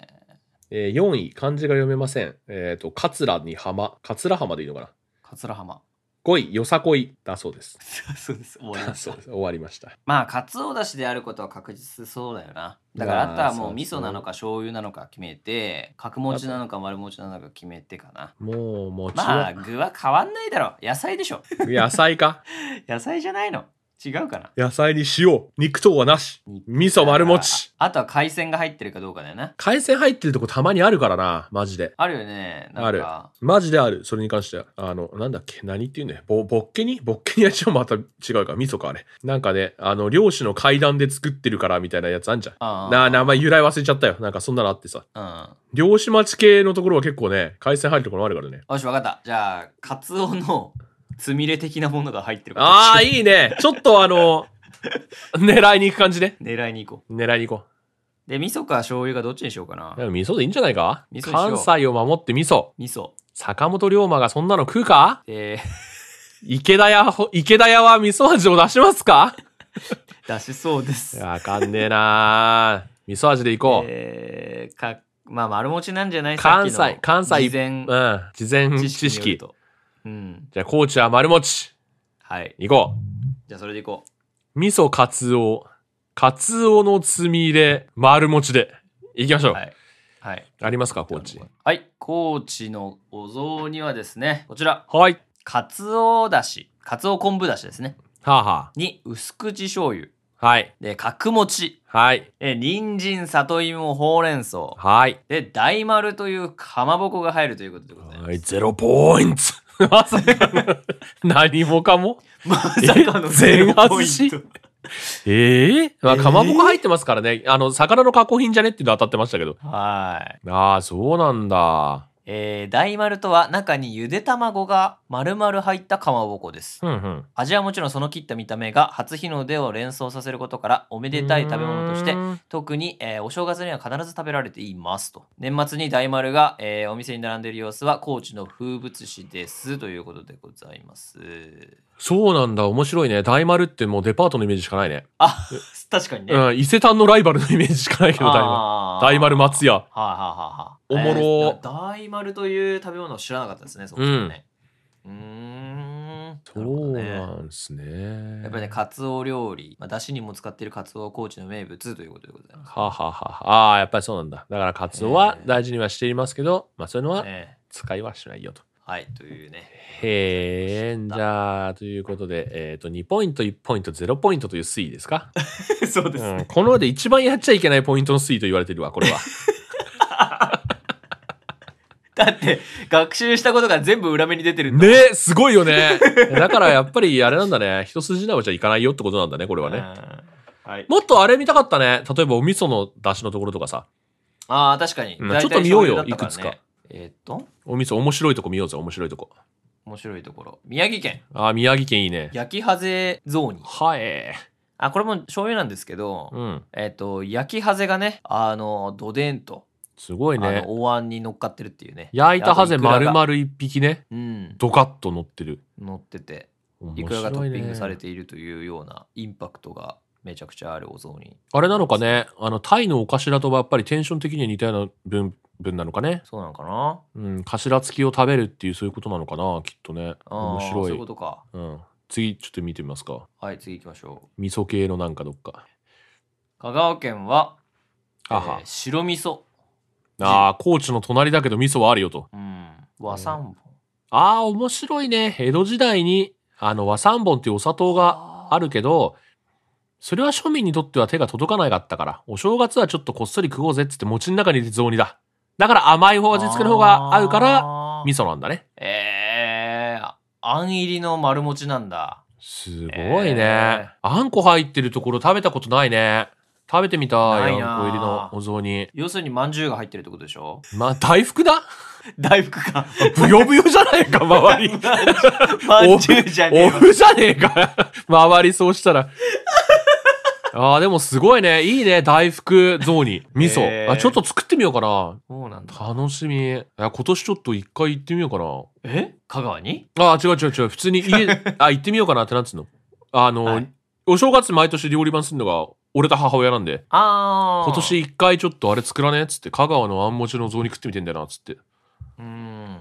[SPEAKER 2] えー4位、漢字が読めません。えっ、と、桂に浜。桂浜でいいのかな。
[SPEAKER 1] 桂浜。
[SPEAKER 2] 5位、よさこい。だそうです。
[SPEAKER 1] そうです、終わり
[SPEAKER 2] だ
[SPEAKER 1] まし
[SPEAKER 2] そう
[SPEAKER 1] た
[SPEAKER 2] で。す。終わりました。
[SPEAKER 1] まあ、カツオだしであることは確実そうだよな。だから、あとはもう
[SPEAKER 2] まあ
[SPEAKER 1] 味
[SPEAKER 2] そう
[SPEAKER 1] 噌なのか醤油なのか決めて、角餅なのか丸餅なのか決めてか な。
[SPEAKER 2] もう、もちろん。
[SPEAKER 1] まあ、具は変わんないだろう。野菜でしょ。
[SPEAKER 2] 野菜か。
[SPEAKER 1] 野菜じゃないの。違うかな。
[SPEAKER 2] 野菜に塩、肉等はなし。味噌丸餅。
[SPEAKER 1] あとは海鮮が入ってるかどうかだよな。
[SPEAKER 2] 海鮮入ってるとこたまにあるからな、マジで。
[SPEAKER 1] あるよね。なんか
[SPEAKER 2] あるマジである。それに関しては。あの、なんだっけ何っていうんだよ。ぼ、ぼっけにぼっけにはちょまた違うか。味噌か、あれ。なんかね、あの、漁師の階段で作ってるから、みたいなやつあんじゃん。
[SPEAKER 1] ああ
[SPEAKER 2] なあ、名前由来忘れちゃったよ。なんかそんなのあってさ。
[SPEAKER 1] うん。
[SPEAKER 2] 漁師町系のところは結構ね、海鮮入るところもあるからね。
[SPEAKER 1] よし、わかった。じゃあ、カツオのつみれ的なものが入ってること
[SPEAKER 2] ああ、
[SPEAKER 1] にしよ
[SPEAKER 2] いいね。ちょっとあの、狙いに行く感じね。
[SPEAKER 1] う狙いに行こ
[SPEAKER 2] 狙いに行こう。
[SPEAKER 1] う。で、味噌か醤油かどっちにしようかな
[SPEAKER 2] で。も味噌でいいんじゃないか
[SPEAKER 1] 味噌にしよう
[SPEAKER 2] 関西を守って味噌。
[SPEAKER 1] 味噌。
[SPEAKER 2] 坂本龍馬がそんなの食うか
[SPEAKER 1] えー
[SPEAKER 2] 池田屋ほ、池田屋は味噌味を出しますか
[SPEAKER 1] 出しそうです
[SPEAKER 2] いや、わかんねえな味噌味でいこう。
[SPEAKER 1] えー、かまあ丸持ちなんじゃない
[SPEAKER 2] 関西、関西、
[SPEAKER 1] 事前
[SPEAKER 2] うん、事前
[SPEAKER 1] 知
[SPEAKER 2] 知
[SPEAKER 1] 識によ
[SPEAKER 2] 識
[SPEAKER 1] る。とうん
[SPEAKER 2] じゃあ、高知は丸餅。
[SPEAKER 1] はい
[SPEAKER 2] いこ
[SPEAKER 1] じゃあそれでいこ
[SPEAKER 2] う。味噌カツオ。カツオの積み入れ、丸餅で。いきましょう。
[SPEAKER 1] うはいはい
[SPEAKER 2] ありますか、高知。
[SPEAKER 1] はい高知のお雑煮はですねこちら
[SPEAKER 2] はい。
[SPEAKER 1] かつおだしかつお昆布だしですね
[SPEAKER 2] はあ、は
[SPEAKER 1] に薄口醤油
[SPEAKER 2] あ、はい。
[SPEAKER 1] で角餅
[SPEAKER 2] はい。
[SPEAKER 1] え人参里芋ほうれん草
[SPEAKER 2] はい。
[SPEAKER 1] で大丸というかまぼこが入るということでございます
[SPEAKER 2] はい、ゼロポイント。 まさかの何もかも。
[SPEAKER 1] まさかの
[SPEAKER 2] え
[SPEAKER 1] ゼロポイ
[SPEAKER 2] 全
[SPEAKER 1] ン
[SPEAKER 2] 外
[SPEAKER 1] ト
[SPEAKER 2] ええまあ、
[SPEAKER 1] えー
[SPEAKER 2] かまぼこ入ってますからね。あの、魚の加工品じゃねっていうの当たってましたけど。
[SPEAKER 1] はい
[SPEAKER 2] ああ、そうなんだ。
[SPEAKER 1] えー、大丸とは中にゆで卵が丸々入ったかまぼこです
[SPEAKER 2] うんうん。
[SPEAKER 1] 味はもちろんその切った見た目が初日の出を連想させることからおめでたい食べ物として
[SPEAKER 2] う
[SPEAKER 1] 特に、えーお正月には必ず食べられていますと年末に大丸が、えーお店に並んでいる様子は高知の風物詩ですということでございます
[SPEAKER 2] そうなんだ。面白いね。大丸ってもうデパートのイメージしかないね。
[SPEAKER 1] あ確かにね、
[SPEAKER 2] うん。伊勢丹のライバルのイメージしかないけど、大丸。
[SPEAKER 1] あー
[SPEAKER 2] 大丸松屋。
[SPEAKER 1] はいはいはいはい。
[SPEAKER 2] おもろ
[SPEAKER 1] えーだ大丸という食べ物を知らなかったですね、そもそもね。うーん。
[SPEAKER 2] そう
[SPEAKER 1] なるほど
[SPEAKER 2] な
[SPEAKER 1] ね
[SPEAKER 2] んですね。
[SPEAKER 1] やっぱりね、カツオ料理、まあ、だしにも使っているカツオは高知の名物ということでございます。
[SPEAKER 2] はあ、はあはあ、ああ、やっぱりそうなんだ。だから、カツオは大事にはしていますけど、まあ、そういうのは
[SPEAKER 1] ね
[SPEAKER 2] 使いはしないよと。
[SPEAKER 1] はい、という ね。
[SPEAKER 2] へえ、じゃあ、ということで、えっ、と、2ポイント、1ポイント、0ポイントという推移ですか、
[SPEAKER 1] そうで
[SPEAKER 2] うん、この世で一番やっちゃいけないポイントの推移と言われてるわ、こ れは。
[SPEAKER 1] だって、学習したことが全部裏目に出てるんだ。
[SPEAKER 2] ねすごいよね。だから、やっぱり、あれなんだね。一筋縄じゃいかないよってことなんだね、これは
[SPEAKER 1] う
[SPEAKER 2] ね。
[SPEAKER 1] んはい、
[SPEAKER 2] もっとあれ見たかったね。例えば、お味噌の出汁のところとかさ。
[SPEAKER 1] ああ、確かに。
[SPEAKER 2] うん
[SPEAKER 1] 大体
[SPEAKER 2] ちょっと見ようよ
[SPEAKER 1] 醤油だったらね
[SPEAKER 2] いくつか。
[SPEAKER 1] えーっと、
[SPEAKER 2] お味噌、面白いとこ見ようぜ、面白いとこ。
[SPEAKER 1] 面白いところ。宮城県、
[SPEAKER 2] ああ、宮城県いいね。
[SPEAKER 1] 焼きハゼ雑煮。
[SPEAKER 2] はえ
[SPEAKER 1] あ、これも醤油なんですけど、
[SPEAKER 2] うん。
[SPEAKER 1] えっ、と、焼きハゼがね、あの、どでんと、
[SPEAKER 2] すごい
[SPEAKER 1] あ
[SPEAKER 2] ね
[SPEAKER 1] の。お椀に乗っかってるっていうね。
[SPEAKER 2] 焼いたハゼ
[SPEAKER 1] あとイクラ
[SPEAKER 2] 丸
[SPEAKER 1] が
[SPEAKER 2] 々一匹ね。
[SPEAKER 1] うん、
[SPEAKER 2] ドカッと乗ってる。
[SPEAKER 1] 乗ってて、い
[SPEAKER 2] 面
[SPEAKER 1] くらがト
[SPEAKER 2] 白い
[SPEAKER 1] ッピ
[SPEAKER 2] ね
[SPEAKER 1] ングされているというようなインパクトがめちゃくちゃあるお雑煮。
[SPEAKER 2] あれなのかねあの、タイのお頭とはやっぱりテンション的には似たような分、分なのかね
[SPEAKER 1] そうなのかな
[SPEAKER 2] うん、頭付きを食べるっていうそういうことなのかなきっとね。
[SPEAKER 1] あー
[SPEAKER 2] 面
[SPEAKER 1] そう
[SPEAKER 2] 白
[SPEAKER 1] いう
[SPEAKER 2] い。
[SPEAKER 1] ことか。
[SPEAKER 2] うん。次、ちょっと見てみますか。
[SPEAKER 1] はい、次行きましょ
[SPEAKER 2] 味噌系のなんかどっか。
[SPEAKER 1] う。香川県は、
[SPEAKER 2] あは
[SPEAKER 1] えー白味噌。
[SPEAKER 2] ああ、高知の隣だけど味噌はあるよと。
[SPEAKER 1] うん。和三本。
[SPEAKER 2] ああ、面白いね。江戸時代に、あの、和三盆っていうお砂糖があるけど、それは庶民にとっては手が届かなかったから、お正月はちょっとこっそり食おうぜっつって餅の中に入れて雑煮だ。だから甘い方味付けの方が合うから、
[SPEAKER 1] ら
[SPEAKER 2] 味噌なんだね。
[SPEAKER 1] えー、あん入りの丸餅なんだ。
[SPEAKER 2] すごいね、
[SPEAKER 1] え
[SPEAKER 2] あんこ入ってるところ食べたことないね。食べてみた
[SPEAKER 1] な
[SPEAKER 2] い。
[SPEAKER 1] いな
[SPEAKER 2] あんこ入りのお雑煮。
[SPEAKER 1] 要するにまんじゅうが入ってるってことでしょ
[SPEAKER 2] まあ、大福だ
[SPEAKER 1] 大福か。
[SPEAKER 2] ぶよぶよじゃないか、周り。
[SPEAKER 1] まんじゅうじゃねえ
[SPEAKER 2] お
[SPEAKER 1] わ。
[SPEAKER 2] ふじゃねえか。周りそうしたら。ああ、でもすごいね。いいね。大福雑煮。味噌、
[SPEAKER 1] えー
[SPEAKER 2] あ。ちょっと作ってみようかな。
[SPEAKER 1] そうなんだ。
[SPEAKER 2] 楽しみ。いや今年ちょっと一回行ってみようかな。
[SPEAKER 1] え香川に
[SPEAKER 2] ああ、違う違う違う。普通に家、 あ、行ってみようかなってなんつうの。あの、
[SPEAKER 1] はい
[SPEAKER 2] お正月毎年料理番するのが、俺と母親なんで、
[SPEAKER 1] ああ。
[SPEAKER 2] 今年一回ちょっとあれ作らねえっつって、香川のあんもちの雑煮食ってみてんだよな、つって。
[SPEAKER 1] うーん。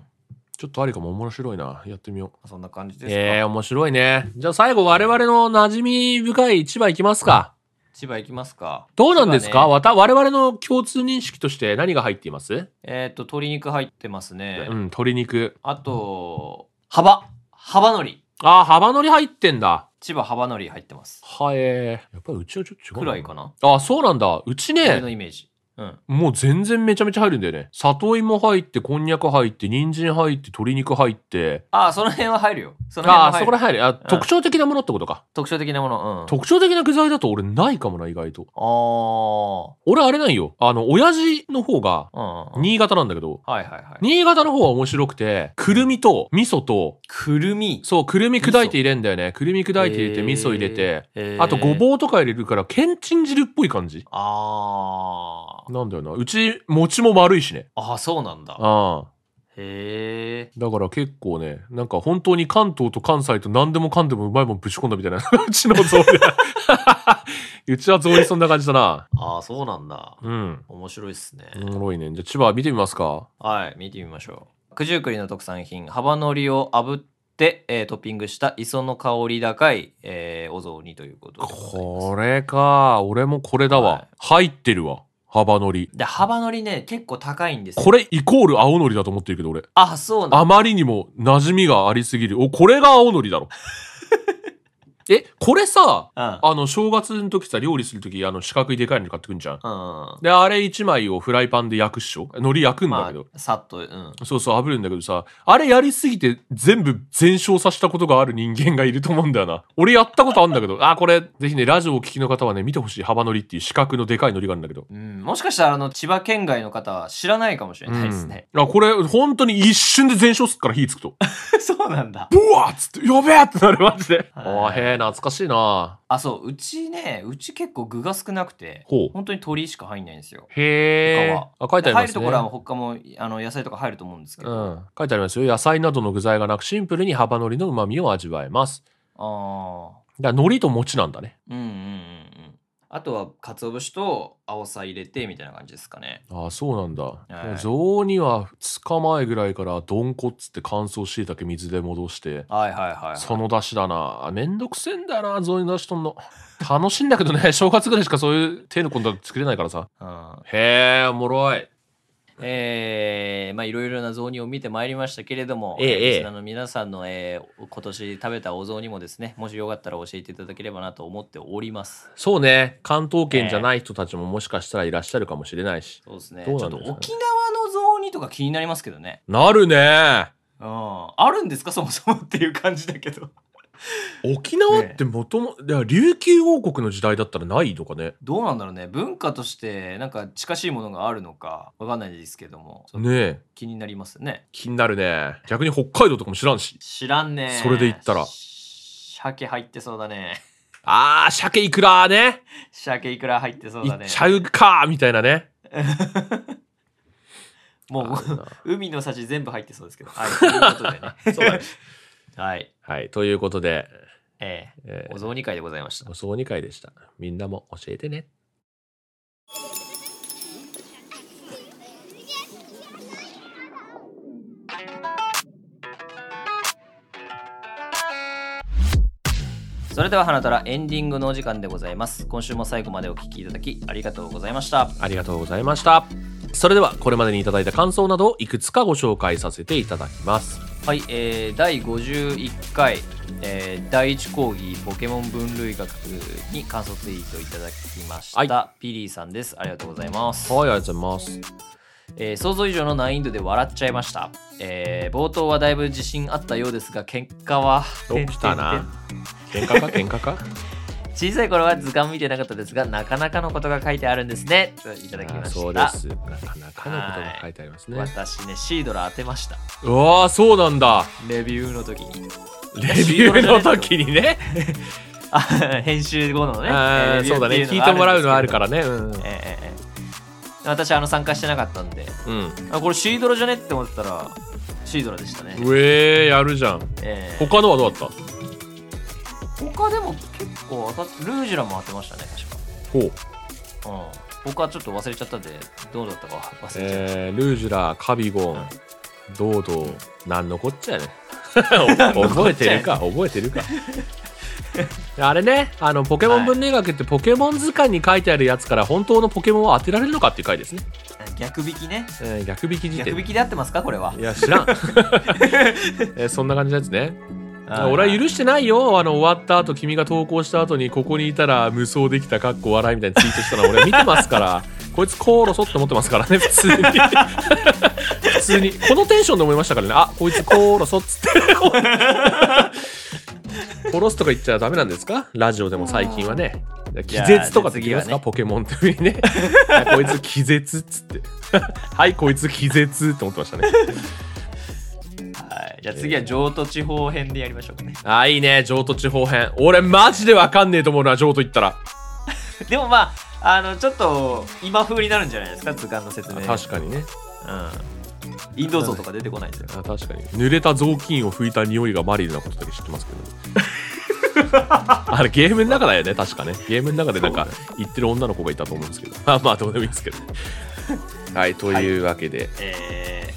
[SPEAKER 2] ちょっとありかも面白いな。やってみよう。
[SPEAKER 1] そんな感じですか。
[SPEAKER 2] ええ面白いね。じゃあ最後、我々の馴染み深い千葉行きますか。
[SPEAKER 1] 千葉行きますか。
[SPEAKER 2] どうなんです
[SPEAKER 1] 千葉
[SPEAKER 2] か、
[SPEAKER 1] ね
[SPEAKER 2] わた我々の共通認識として何が入っています、
[SPEAKER 1] えっ、と、鶏肉入ってますね。
[SPEAKER 2] うん、鶏肉。
[SPEAKER 1] あと、幅。幅のり。
[SPEAKER 2] ああ、幅のり入ってんだ。
[SPEAKER 1] 千葉幅のり入ってます。
[SPEAKER 2] はえー。やっぱりうちはちょっと違う。
[SPEAKER 1] くらいかな。
[SPEAKER 2] ああ、そうなんだ。うちね。
[SPEAKER 1] 俺のイメージ。うん。
[SPEAKER 2] もう全然めちゃめちゃ入るんだよね。里芋入って、こんにゃく入って、人参入って、鶏肉入って。
[SPEAKER 1] ああ、その辺は入るよ。その辺
[SPEAKER 2] あ
[SPEAKER 1] は
[SPEAKER 2] あ、そ
[SPEAKER 1] 入
[SPEAKER 2] こ
[SPEAKER 1] る
[SPEAKER 2] ら。辺入る。あ、特徴的なものってことか。
[SPEAKER 1] 特徴的なもの。うん。
[SPEAKER 2] 特徴的な具材だと俺ないかもな、意外と。
[SPEAKER 1] あ
[SPEAKER 2] 俺あれないよ。あの、親父の方が、
[SPEAKER 1] あ。うん。
[SPEAKER 2] 新潟なんだけど、
[SPEAKER 1] はいはいはい。
[SPEAKER 2] 新潟の方は面白くて、くるみと、味噌と、
[SPEAKER 1] くるみ。
[SPEAKER 2] そう、くるみ砕いて入れんだよね。くるみ砕いて入れて、
[SPEAKER 1] えー
[SPEAKER 2] 味噌入れて、
[SPEAKER 1] えー
[SPEAKER 2] あとごぼうとか入れるから、けんちん汁っぽい感じ。
[SPEAKER 1] あ
[SPEAKER 2] なんだよな。うち、餅も丸いしね。
[SPEAKER 1] あ。ああ、そうなんだ。
[SPEAKER 2] ああ。
[SPEAKER 1] へえ。
[SPEAKER 2] だから結構ね、なんか本当に関東と関西と何でもかんでもうまいもんぶち込んだみたいな、 うちのゾウ リうちはゾウリそんな感じだな。
[SPEAKER 1] ああ、そうなんだ。
[SPEAKER 2] うん。
[SPEAKER 1] 面白いっすね。
[SPEAKER 2] おもろいね。じゃあ千葉見てみますか。
[SPEAKER 1] はい、見てみましょう。九十九里の特産品、幅のりを炙って、えートッピングした磯の香り高い、えーお雑煮ということでございます。
[SPEAKER 2] これか。俺もこれだわ。入ってるわ。幅のり。
[SPEAKER 1] で、幅のりね、結構高いんですよ。
[SPEAKER 2] これイコール青のりだと思ってるけど俺。
[SPEAKER 1] あ、そうなん
[SPEAKER 2] あまりにも馴染みがありすぎる。お、これが青のりだろ。え、これさ、
[SPEAKER 1] だ。
[SPEAKER 2] あの、正月の時さ、料理する時、あの、四角いでかいの買ってくんじゃん。
[SPEAKER 1] うん。うん
[SPEAKER 2] で、あれ一枚をフライパンで焼くっしょ海苔焼くんだ
[SPEAKER 1] ま
[SPEAKER 2] けど。
[SPEAKER 1] あ、さっと、うん。
[SPEAKER 2] そうそう、炙るんだけどさ、あれやりすぎて全部全焼させたことがある人間がいると思うんだよな。俺やったことあるんだけど、あ、これ、ぜひね、ラジオを聞きの方はね、見てほしい幅のりっていう四角のでかいのりがあるんだけど。
[SPEAKER 1] うん、もしかしたらあの千葉県外の方は知らないかもしれないですね。
[SPEAKER 2] うんあ、これ、本当に一瞬で全焼すっから火つくと。
[SPEAKER 1] そうなんだ。
[SPEAKER 2] ブワーっつって、やべえってなる、マジで。
[SPEAKER 1] はい
[SPEAKER 2] あーへえ、懐かしいな
[SPEAKER 1] あ、そう、うちね、うち結構具が少なくて、
[SPEAKER 2] ほう
[SPEAKER 1] 本当に鶏しか入んないんですよ。
[SPEAKER 2] へえ
[SPEAKER 1] 他は。
[SPEAKER 2] あ、書いてあ
[SPEAKER 1] 入
[SPEAKER 2] りま
[SPEAKER 1] る
[SPEAKER 2] す
[SPEAKER 1] と
[SPEAKER 2] ね。
[SPEAKER 1] ころは他もあの野菜とか入ると思うんですけ
[SPEAKER 2] う
[SPEAKER 1] ど、
[SPEAKER 2] ん。書いてありますよ。野菜などの具材がなく、シンプルに幅のりの旨味を味わえます。
[SPEAKER 1] あ
[SPEAKER 2] だから海苔と餅なんだね。
[SPEAKER 1] あ、うんうんうんうん。あとは鰹節と青さ入れてみたいな感じですかね。
[SPEAKER 2] ああ、そうなんだ。
[SPEAKER 1] い
[SPEAKER 2] もう雑煮は2日前ぐらいから、どんこっつって乾燥しいたけ水で戻して、
[SPEAKER 1] はいはいはい、はい。
[SPEAKER 2] その出汁だな。めんどくせえんだよな、雑煮出しとんの。楽しいんだけどね、 正月ぐらいしかそういう手の込んだの作れないからさ。
[SPEAKER 1] うん、
[SPEAKER 2] へえ、おもろい。
[SPEAKER 1] えーまあいろいろな雑煮を見てまいりましたけれども、
[SPEAKER 2] ええええ
[SPEAKER 1] リスナーの皆さんの、えー今年食べたお雑煮もですね、もしよかったら教えていただければなと思っております。
[SPEAKER 2] そうね、関東圏じゃない人たちももしかしたらいらっしゃるかもしれないし。
[SPEAKER 1] そうですね。ち
[SPEAKER 2] ど
[SPEAKER 1] ょ
[SPEAKER 2] う
[SPEAKER 1] っ
[SPEAKER 2] な
[SPEAKER 1] と
[SPEAKER 2] んですかね
[SPEAKER 1] 沖縄の雑煮とか気になりますけどね。
[SPEAKER 2] なる
[SPEAKER 1] う
[SPEAKER 2] ね。
[SPEAKER 1] ん。あるんですかそもそもっていう感じだけど。
[SPEAKER 2] 沖縄ってもとも、いや琉球王国の時代だったらないとかね。
[SPEAKER 1] どうなんだろうね。文化としてなんか近しいものがあるのかわかんないですけども、ちょっと
[SPEAKER 2] ねえ。
[SPEAKER 1] 気になりますね。
[SPEAKER 2] 気になるね。逆に北海道とかも知らんし。
[SPEAKER 1] 知らんね。
[SPEAKER 2] それで言ったら
[SPEAKER 1] し。鮭入ってそうだね。
[SPEAKER 2] あー、鮭いくらね。
[SPEAKER 1] 鮭いくら入ってそう
[SPEAKER 2] い
[SPEAKER 1] だ
[SPEAKER 2] っ
[SPEAKER 1] ね。
[SPEAKER 2] ちゃうかみたいなね。
[SPEAKER 1] も
[SPEAKER 2] ある
[SPEAKER 1] う
[SPEAKER 2] な
[SPEAKER 1] 海の幸全部入ってそうですけど。はい。ということでね。
[SPEAKER 2] そうだね
[SPEAKER 1] はい。
[SPEAKER 2] はい、ということで、
[SPEAKER 1] ええ
[SPEAKER 2] え
[SPEAKER 1] お雑煮会でございました
[SPEAKER 2] ー、お。葬儀会でした。みんなも教えてね。
[SPEAKER 1] それでは花たらエンディングのお時間でございます。今週も最後までお聞きいただきありがとうございました。
[SPEAKER 2] ありがとうございました。それでは、これまでにいただいた感想などをいくつかご紹介させていただきます。
[SPEAKER 1] はい、えー第51回、えー第1講義ポケモン分類学に感想ツイートいただきました、
[SPEAKER 2] は
[SPEAKER 1] ピリーさんですありがとうございます、
[SPEAKER 2] はい、ありがとうございます。
[SPEAKER 1] えー想像以上の難易度で笑っちゃいました、えー冒頭はだいぶ自信あったようですが結果は
[SPEAKER 2] お、来たな。喧嘩か喧嘩か
[SPEAKER 1] 小さい頃は図鑑見てなかったですがなかなかのことが書いてあるんですねといただき
[SPEAKER 2] あ
[SPEAKER 1] ま
[SPEAKER 2] ー
[SPEAKER 1] した
[SPEAKER 2] そうです。なかなかのことが書いてありますね。
[SPEAKER 1] 私ねシードラ当てました
[SPEAKER 2] うわー、そうなんだ。
[SPEAKER 1] レビューの時に
[SPEAKER 2] レビューの時にね。
[SPEAKER 1] あ編集後のね
[SPEAKER 2] あ
[SPEAKER 1] えーレ
[SPEAKER 2] ー
[SPEAKER 1] ビュ
[SPEAKER 2] そう
[SPEAKER 1] ー
[SPEAKER 2] だ
[SPEAKER 1] って
[SPEAKER 2] ね。
[SPEAKER 1] うの
[SPEAKER 2] 聞い
[SPEAKER 1] が
[SPEAKER 2] て
[SPEAKER 1] んですけど
[SPEAKER 2] もらうのはあるからね。うん。
[SPEAKER 1] ええええ私あの参加してなかったんで
[SPEAKER 2] うん。
[SPEAKER 1] あこれシードラじゃねって思ってたらシードラでしたね、
[SPEAKER 2] うえー、やるじゃん。
[SPEAKER 1] ええ
[SPEAKER 2] 他のはどうだった
[SPEAKER 1] 他でも結構当たっルージュラも当てましたね
[SPEAKER 2] ほう。
[SPEAKER 1] 確か、うん、他ちょっと忘れちゃったんでどうだったか忘れちゃっ
[SPEAKER 2] えー、ルージュラ、カビゴン、ドードー、なんのこっ ちゃやね。覚えてるか、覚えてるか。あれね、あの、ポケモン文明学ってポケモン図鑑に書いてあるやつから本当のポケモンを当てられるのかっていう回ですね。
[SPEAKER 1] た、逆引きね
[SPEAKER 2] えー逆引き時
[SPEAKER 1] 逆
[SPEAKER 2] 点。
[SPEAKER 1] 引
[SPEAKER 2] い
[SPEAKER 1] きで合ってますかこれは
[SPEAKER 2] や、知らん。え ーそんな感じのやつね。
[SPEAKER 1] あー
[SPEAKER 2] 俺は許してないよ。あの、終わった後、君が投稿した後に、ここにいたら無双できた、かっこ笑いみたいにツイートしたの俺見てますから、 こいつコーロソって思ってますからね、普通に。 普通に。このテンションで思いましたからね、あ、こいつコーロソっつって。 殺すとか言っちゃダメなんですかラジオでも最近はね。気絶とかって言います
[SPEAKER 1] いや
[SPEAKER 2] か、
[SPEAKER 1] ー
[SPEAKER 2] ポケモンっていうふうに ね。いやこいつ気絶っつって。 はい、こいつ気絶って思ってましたね。
[SPEAKER 1] はいじゃあ次は上都地方編でやりましょうかね
[SPEAKER 2] あ、いいね、上都地方編。俺マジでわかんねえと思うな、上都行ったら。
[SPEAKER 1] でもまああのちょっと今風になるんじゃないですか図鑑の説明
[SPEAKER 2] 確かにね
[SPEAKER 1] うんインド像とか出てこないんですよ。
[SPEAKER 2] あ確かに濡れた雑巾を拭いた匂いがマリルなことだけ知ってますけど あれゲームの中だよね確かねゲームの中でなんか言ってる女の子がいたと思うんですけど まあまあどうでもいいですけどはいというわけで、
[SPEAKER 1] え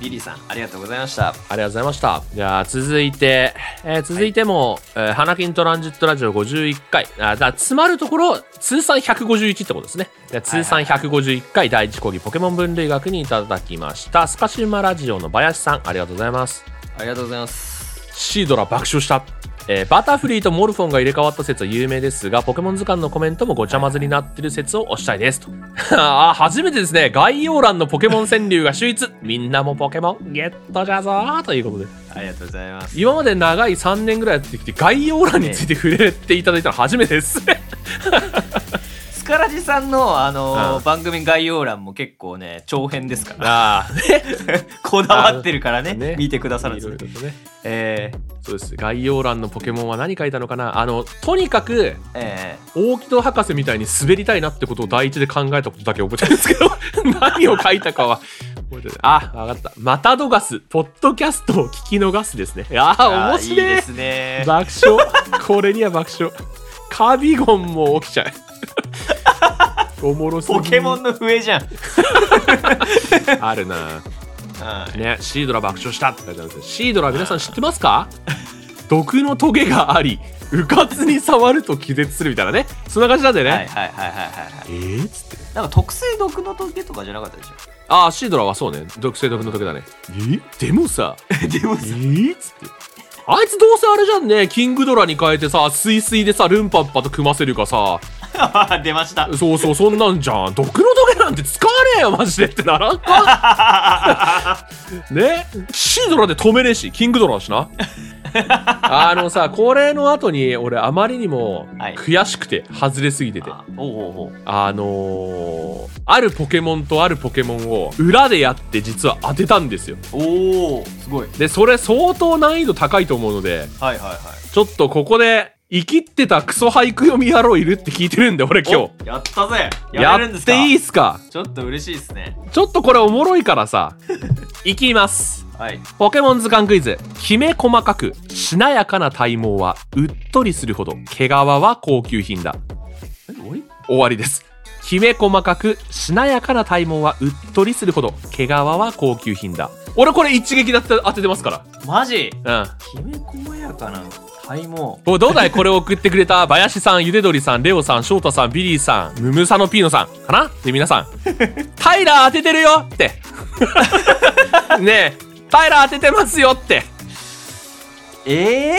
[SPEAKER 1] ー、リリーさん、ありがとうございました。
[SPEAKER 2] ありがとうございましたじゃあ続いて、えー続いても「えー花金トランジットラジオ51回」あだから詰まるところ通算151ってことですねじゃあ通算151回第1講義ポケモン分類学にいただきましたスカシウマラジオの林さんありがとうございます
[SPEAKER 1] ありがとうございます。
[SPEAKER 2] シードラ爆笑した、えーバタフリーとモルフォンが入れ替わった説は有名ですがポケモン図鑑のコメントもごちゃ混ぜになってる説を推したいですと あー初めてですね概要欄のポケモン川柳が秀逸みんなもポケモンゲットじゃぞーということで
[SPEAKER 1] ありがとうございます。
[SPEAKER 2] 今まで長い3年ぐらいやってきて概要欄について触れていただいたの初めてですね
[SPEAKER 1] スカラジさんの、あのー
[SPEAKER 2] うん
[SPEAKER 1] 番組概要欄も結構ね、長編です から、
[SPEAKER 2] あ
[SPEAKER 1] こだわってるからね、
[SPEAKER 2] あね
[SPEAKER 1] 見てくだ
[SPEAKER 2] あ
[SPEAKER 1] さるんですよ。
[SPEAKER 2] ね
[SPEAKER 1] え
[SPEAKER 2] そうです概要欄のポケモンは何書いたのかなあのとにかく
[SPEAKER 1] ー、え
[SPEAKER 2] 大木戸博士みたいに滑りたいなってことを第一で考えたことだけ覚えてるんですけど 何を書いたかは覚えてないあ分かったマタドガスポッドキャストを聞き逃すですね
[SPEAKER 1] ー、
[SPEAKER 2] ああ面
[SPEAKER 1] ー
[SPEAKER 2] 白い
[SPEAKER 1] いいですね。
[SPEAKER 2] 爆笑これには爆笑カビゴンも起きちゃうおもろすぎ
[SPEAKER 1] ポケモンの笛じゃん。
[SPEAKER 2] あるな
[SPEAKER 1] はい
[SPEAKER 2] ねシードラ爆笑したって書いてあるんですよシードラ皆さん知ってますか毒のトゲがありうかつに触ると気絶するみたいなねそんな感じなんだよね、
[SPEAKER 1] はいはいはいはいはいはい。
[SPEAKER 2] えー、っつって
[SPEAKER 1] なんか特製毒の時計とかじゃなかったでし
[SPEAKER 2] ああシードラはそうね毒性毒のトゲだねえでも さ
[SPEAKER 1] ょ でも
[SPEAKER 2] えー、っつってあいつどうせあれじゃんねキングドラに変えてさスイスイでさルンパッパと組ませるかさ
[SPEAKER 1] さ 出ました
[SPEAKER 2] そうそうそんなんじゃん毒のトゲなんて使わねえよマジでってならんか ねシードラで止めねえしキングドラだしなあのさこれの後に俺あまりにも
[SPEAKER 1] はい
[SPEAKER 2] 悔しくて外れすぎてて、
[SPEAKER 1] あおうおうおう
[SPEAKER 2] あのーあるポケモンとあるポケモンを裏でやって実は当てたんですよ
[SPEAKER 1] おおすごい
[SPEAKER 2] でそれ相当難易度高いと思うので
[SPEAKER 1] はいはいはい
[SPEAKER 2] ちょっとここで生きってたクソ俳句読み野郎いるって聞いてるんで俺今日
[SPEAKER 1] 日やったぜやれるんですか
[SPEAKER 2] っていいっすか
[SPEAKER 1] ちょっと嬉しいですね
[SPEAKER 2] ちょっとこれおもろいか らさ、いきます。
[SPEAKER 1] はい
[SPEAKER 2] ポケモン図鑑クイズ。きめ細かく、しなやかな体毛は、うっとりするほど、毛皮は高級品だ。終わりです。きめ細かく、しなやかな体毛は、うっとりするほど、毛皮は高級品だ。俺これ一撃だって当ててますか
[SPEAKER 1] マジ
[SPEAKER 2] ら。うん。
[SPEAKER 1] きめ細やかな体毛
[SPEAKER 2] おどうだいこれを送ってくれた、林さん、ゆでどりさん、レオさん、翔太さん、ビリーさん、ムムサノピーノさん、かなで、皆さん。タイラー当ててるよって。 ねえ、タイラー当ててますよって。
[SPEAKER 1] ええ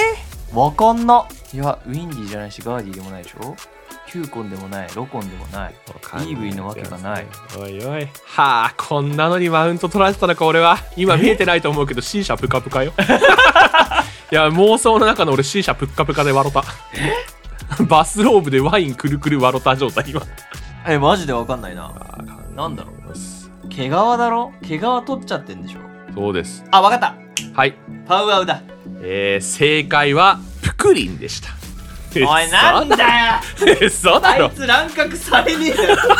[SPEAKER 1] ー、わかんないやウィンディじゃないしガーディでもないでしょキューコンでもないロコンでもないイーブイのわけがない。
[SPEAKER 2] おいおい。はあ、こんなのにマウント取られてたのか、俺は。今見えてないと思うけど、C 社プカプカよ。 いや、妄想の中の俺 C 社プッカプカで笑った。バスローブでワインくるくる笑った状態、今。
[SPEAKER 1] えマジでわかんないななんだろ毛皮だろ毛皮取っちゃってんでしょ
[SPEAKER 2] そうです。
[SPEAKER 1] あわかった
[SPEAKER 2] はい。
[SPEAKER 1] パウアウだ
[SPEAKER 2] えー、正解はプクリンでした。
[SPEAKER 1] おいなんだよ
[SPEAKER 2] よ嘘だ
[SPEAKER 1] あい
[SPEAKER 2] ろ
[SPEAKER 1] つ乱獲されねえだろ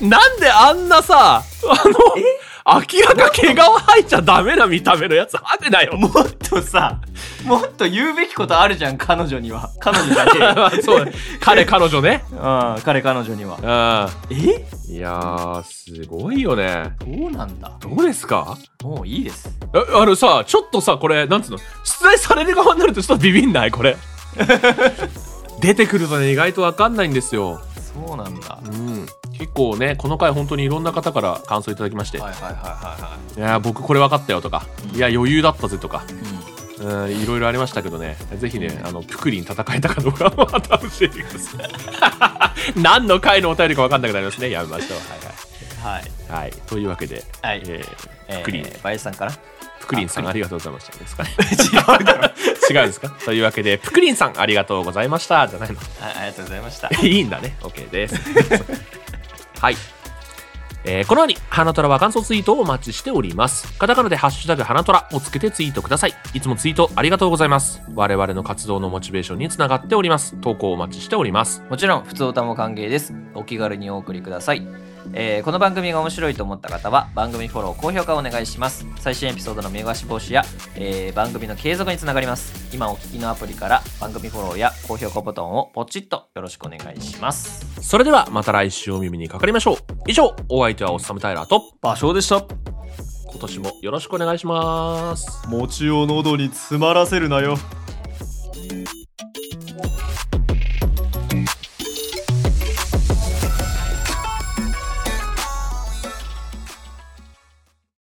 [SPEAKER 2] なんであんなさ、あの、明らか毛皮入っちゃダメな見た目のやつあるなよ。
[SPEAKER 1] もっとさもっと言うべきことあるじゃん彼女には彼女じ ゃねえよ
[SPEAKER 2] そう、彼、彼女ね。
[SPEAKER 1] うん彼彼女には
[SPEAKER 2] うん。
[SPEAKER 1] え
[SPEAKER 2] いやー、すごいよね。
[SPEAKER 1] どうなんだ
[SPEAKER 2] どうですか
[SPEAKER 1] もういいです
[SPEAKER 2] えあのさ、ちょっとさ、これ、なんつうの、出題される側になるとちょっとビビんないこ れ。出てくるとね、意外とわかんないんですよ。
[SPEAKER 1] そうなんだは
[SPEAKER 2] うん。結構ね、この回本当にいろんな方から感想いただきまして
[SPEAKER 1] いはいはいはい
[SPEAKER 2] やー僕これ分かったよとかいや余裕だったぜとか
[SPEAKER 1] いはい、
[SPEAKER 2] うんいろいろありましたけどねぜひねあのプクリン戦えたかどうかはまた教えてくださ い何の回のお便りか分かんなくなりますねやめましょう
[SPEAKER 1] う
[SPEAKER 2] は
[SPEAKER 1] ん、はい
[SPEAKER 2] いはい、はい、というわけで、
[SPEAKER 1] はい
[SPEAKER 2] えー
[SPEAKER 1] えー、
[SPEAKER 2] プクリン
[SPEAKER 1] バイスさんから違
[SPEAKER 2] プクリンさんありがとうございましたですか
[SPEAKER 1] うだろ
[SPEAKER 2] 違うんですかというわけでプクリンさんありがとうございましたじゃないの
[SPEAKER 1] あありがとうございました
[SPEAKER 2] いいんだね OK です はいえーこのように、花虎は感想ツイートをお待ちしております。カタカナでハッシュタグ花虎をつけてツイートください。いつもツイートありがとうございます。我々の活動のモチベーションにつながっております。投稿をお待ちしております。
[SPEAKER 1] もちろん普通歌も歓迎ですお気軽にお送りくださいえーこの番組が面白いと思った方は番組フォロー高評価をお願いします最新エピソードの見逃し防止や、えー番組の継続につながります今お聞きのアプリから番組フォローや高評価ボタンをポチッとよろしくお願いします
[SPEAKER 2] それではまた来週お耳にかかりましょう。以上、お相手はおっさむタイラーと
[SPEAKER 1] 場所でした
[SPEAKER 2] 今年もよろしくお願いします。
[SPEAKER 1] 餅を喉に詰まらせるなよ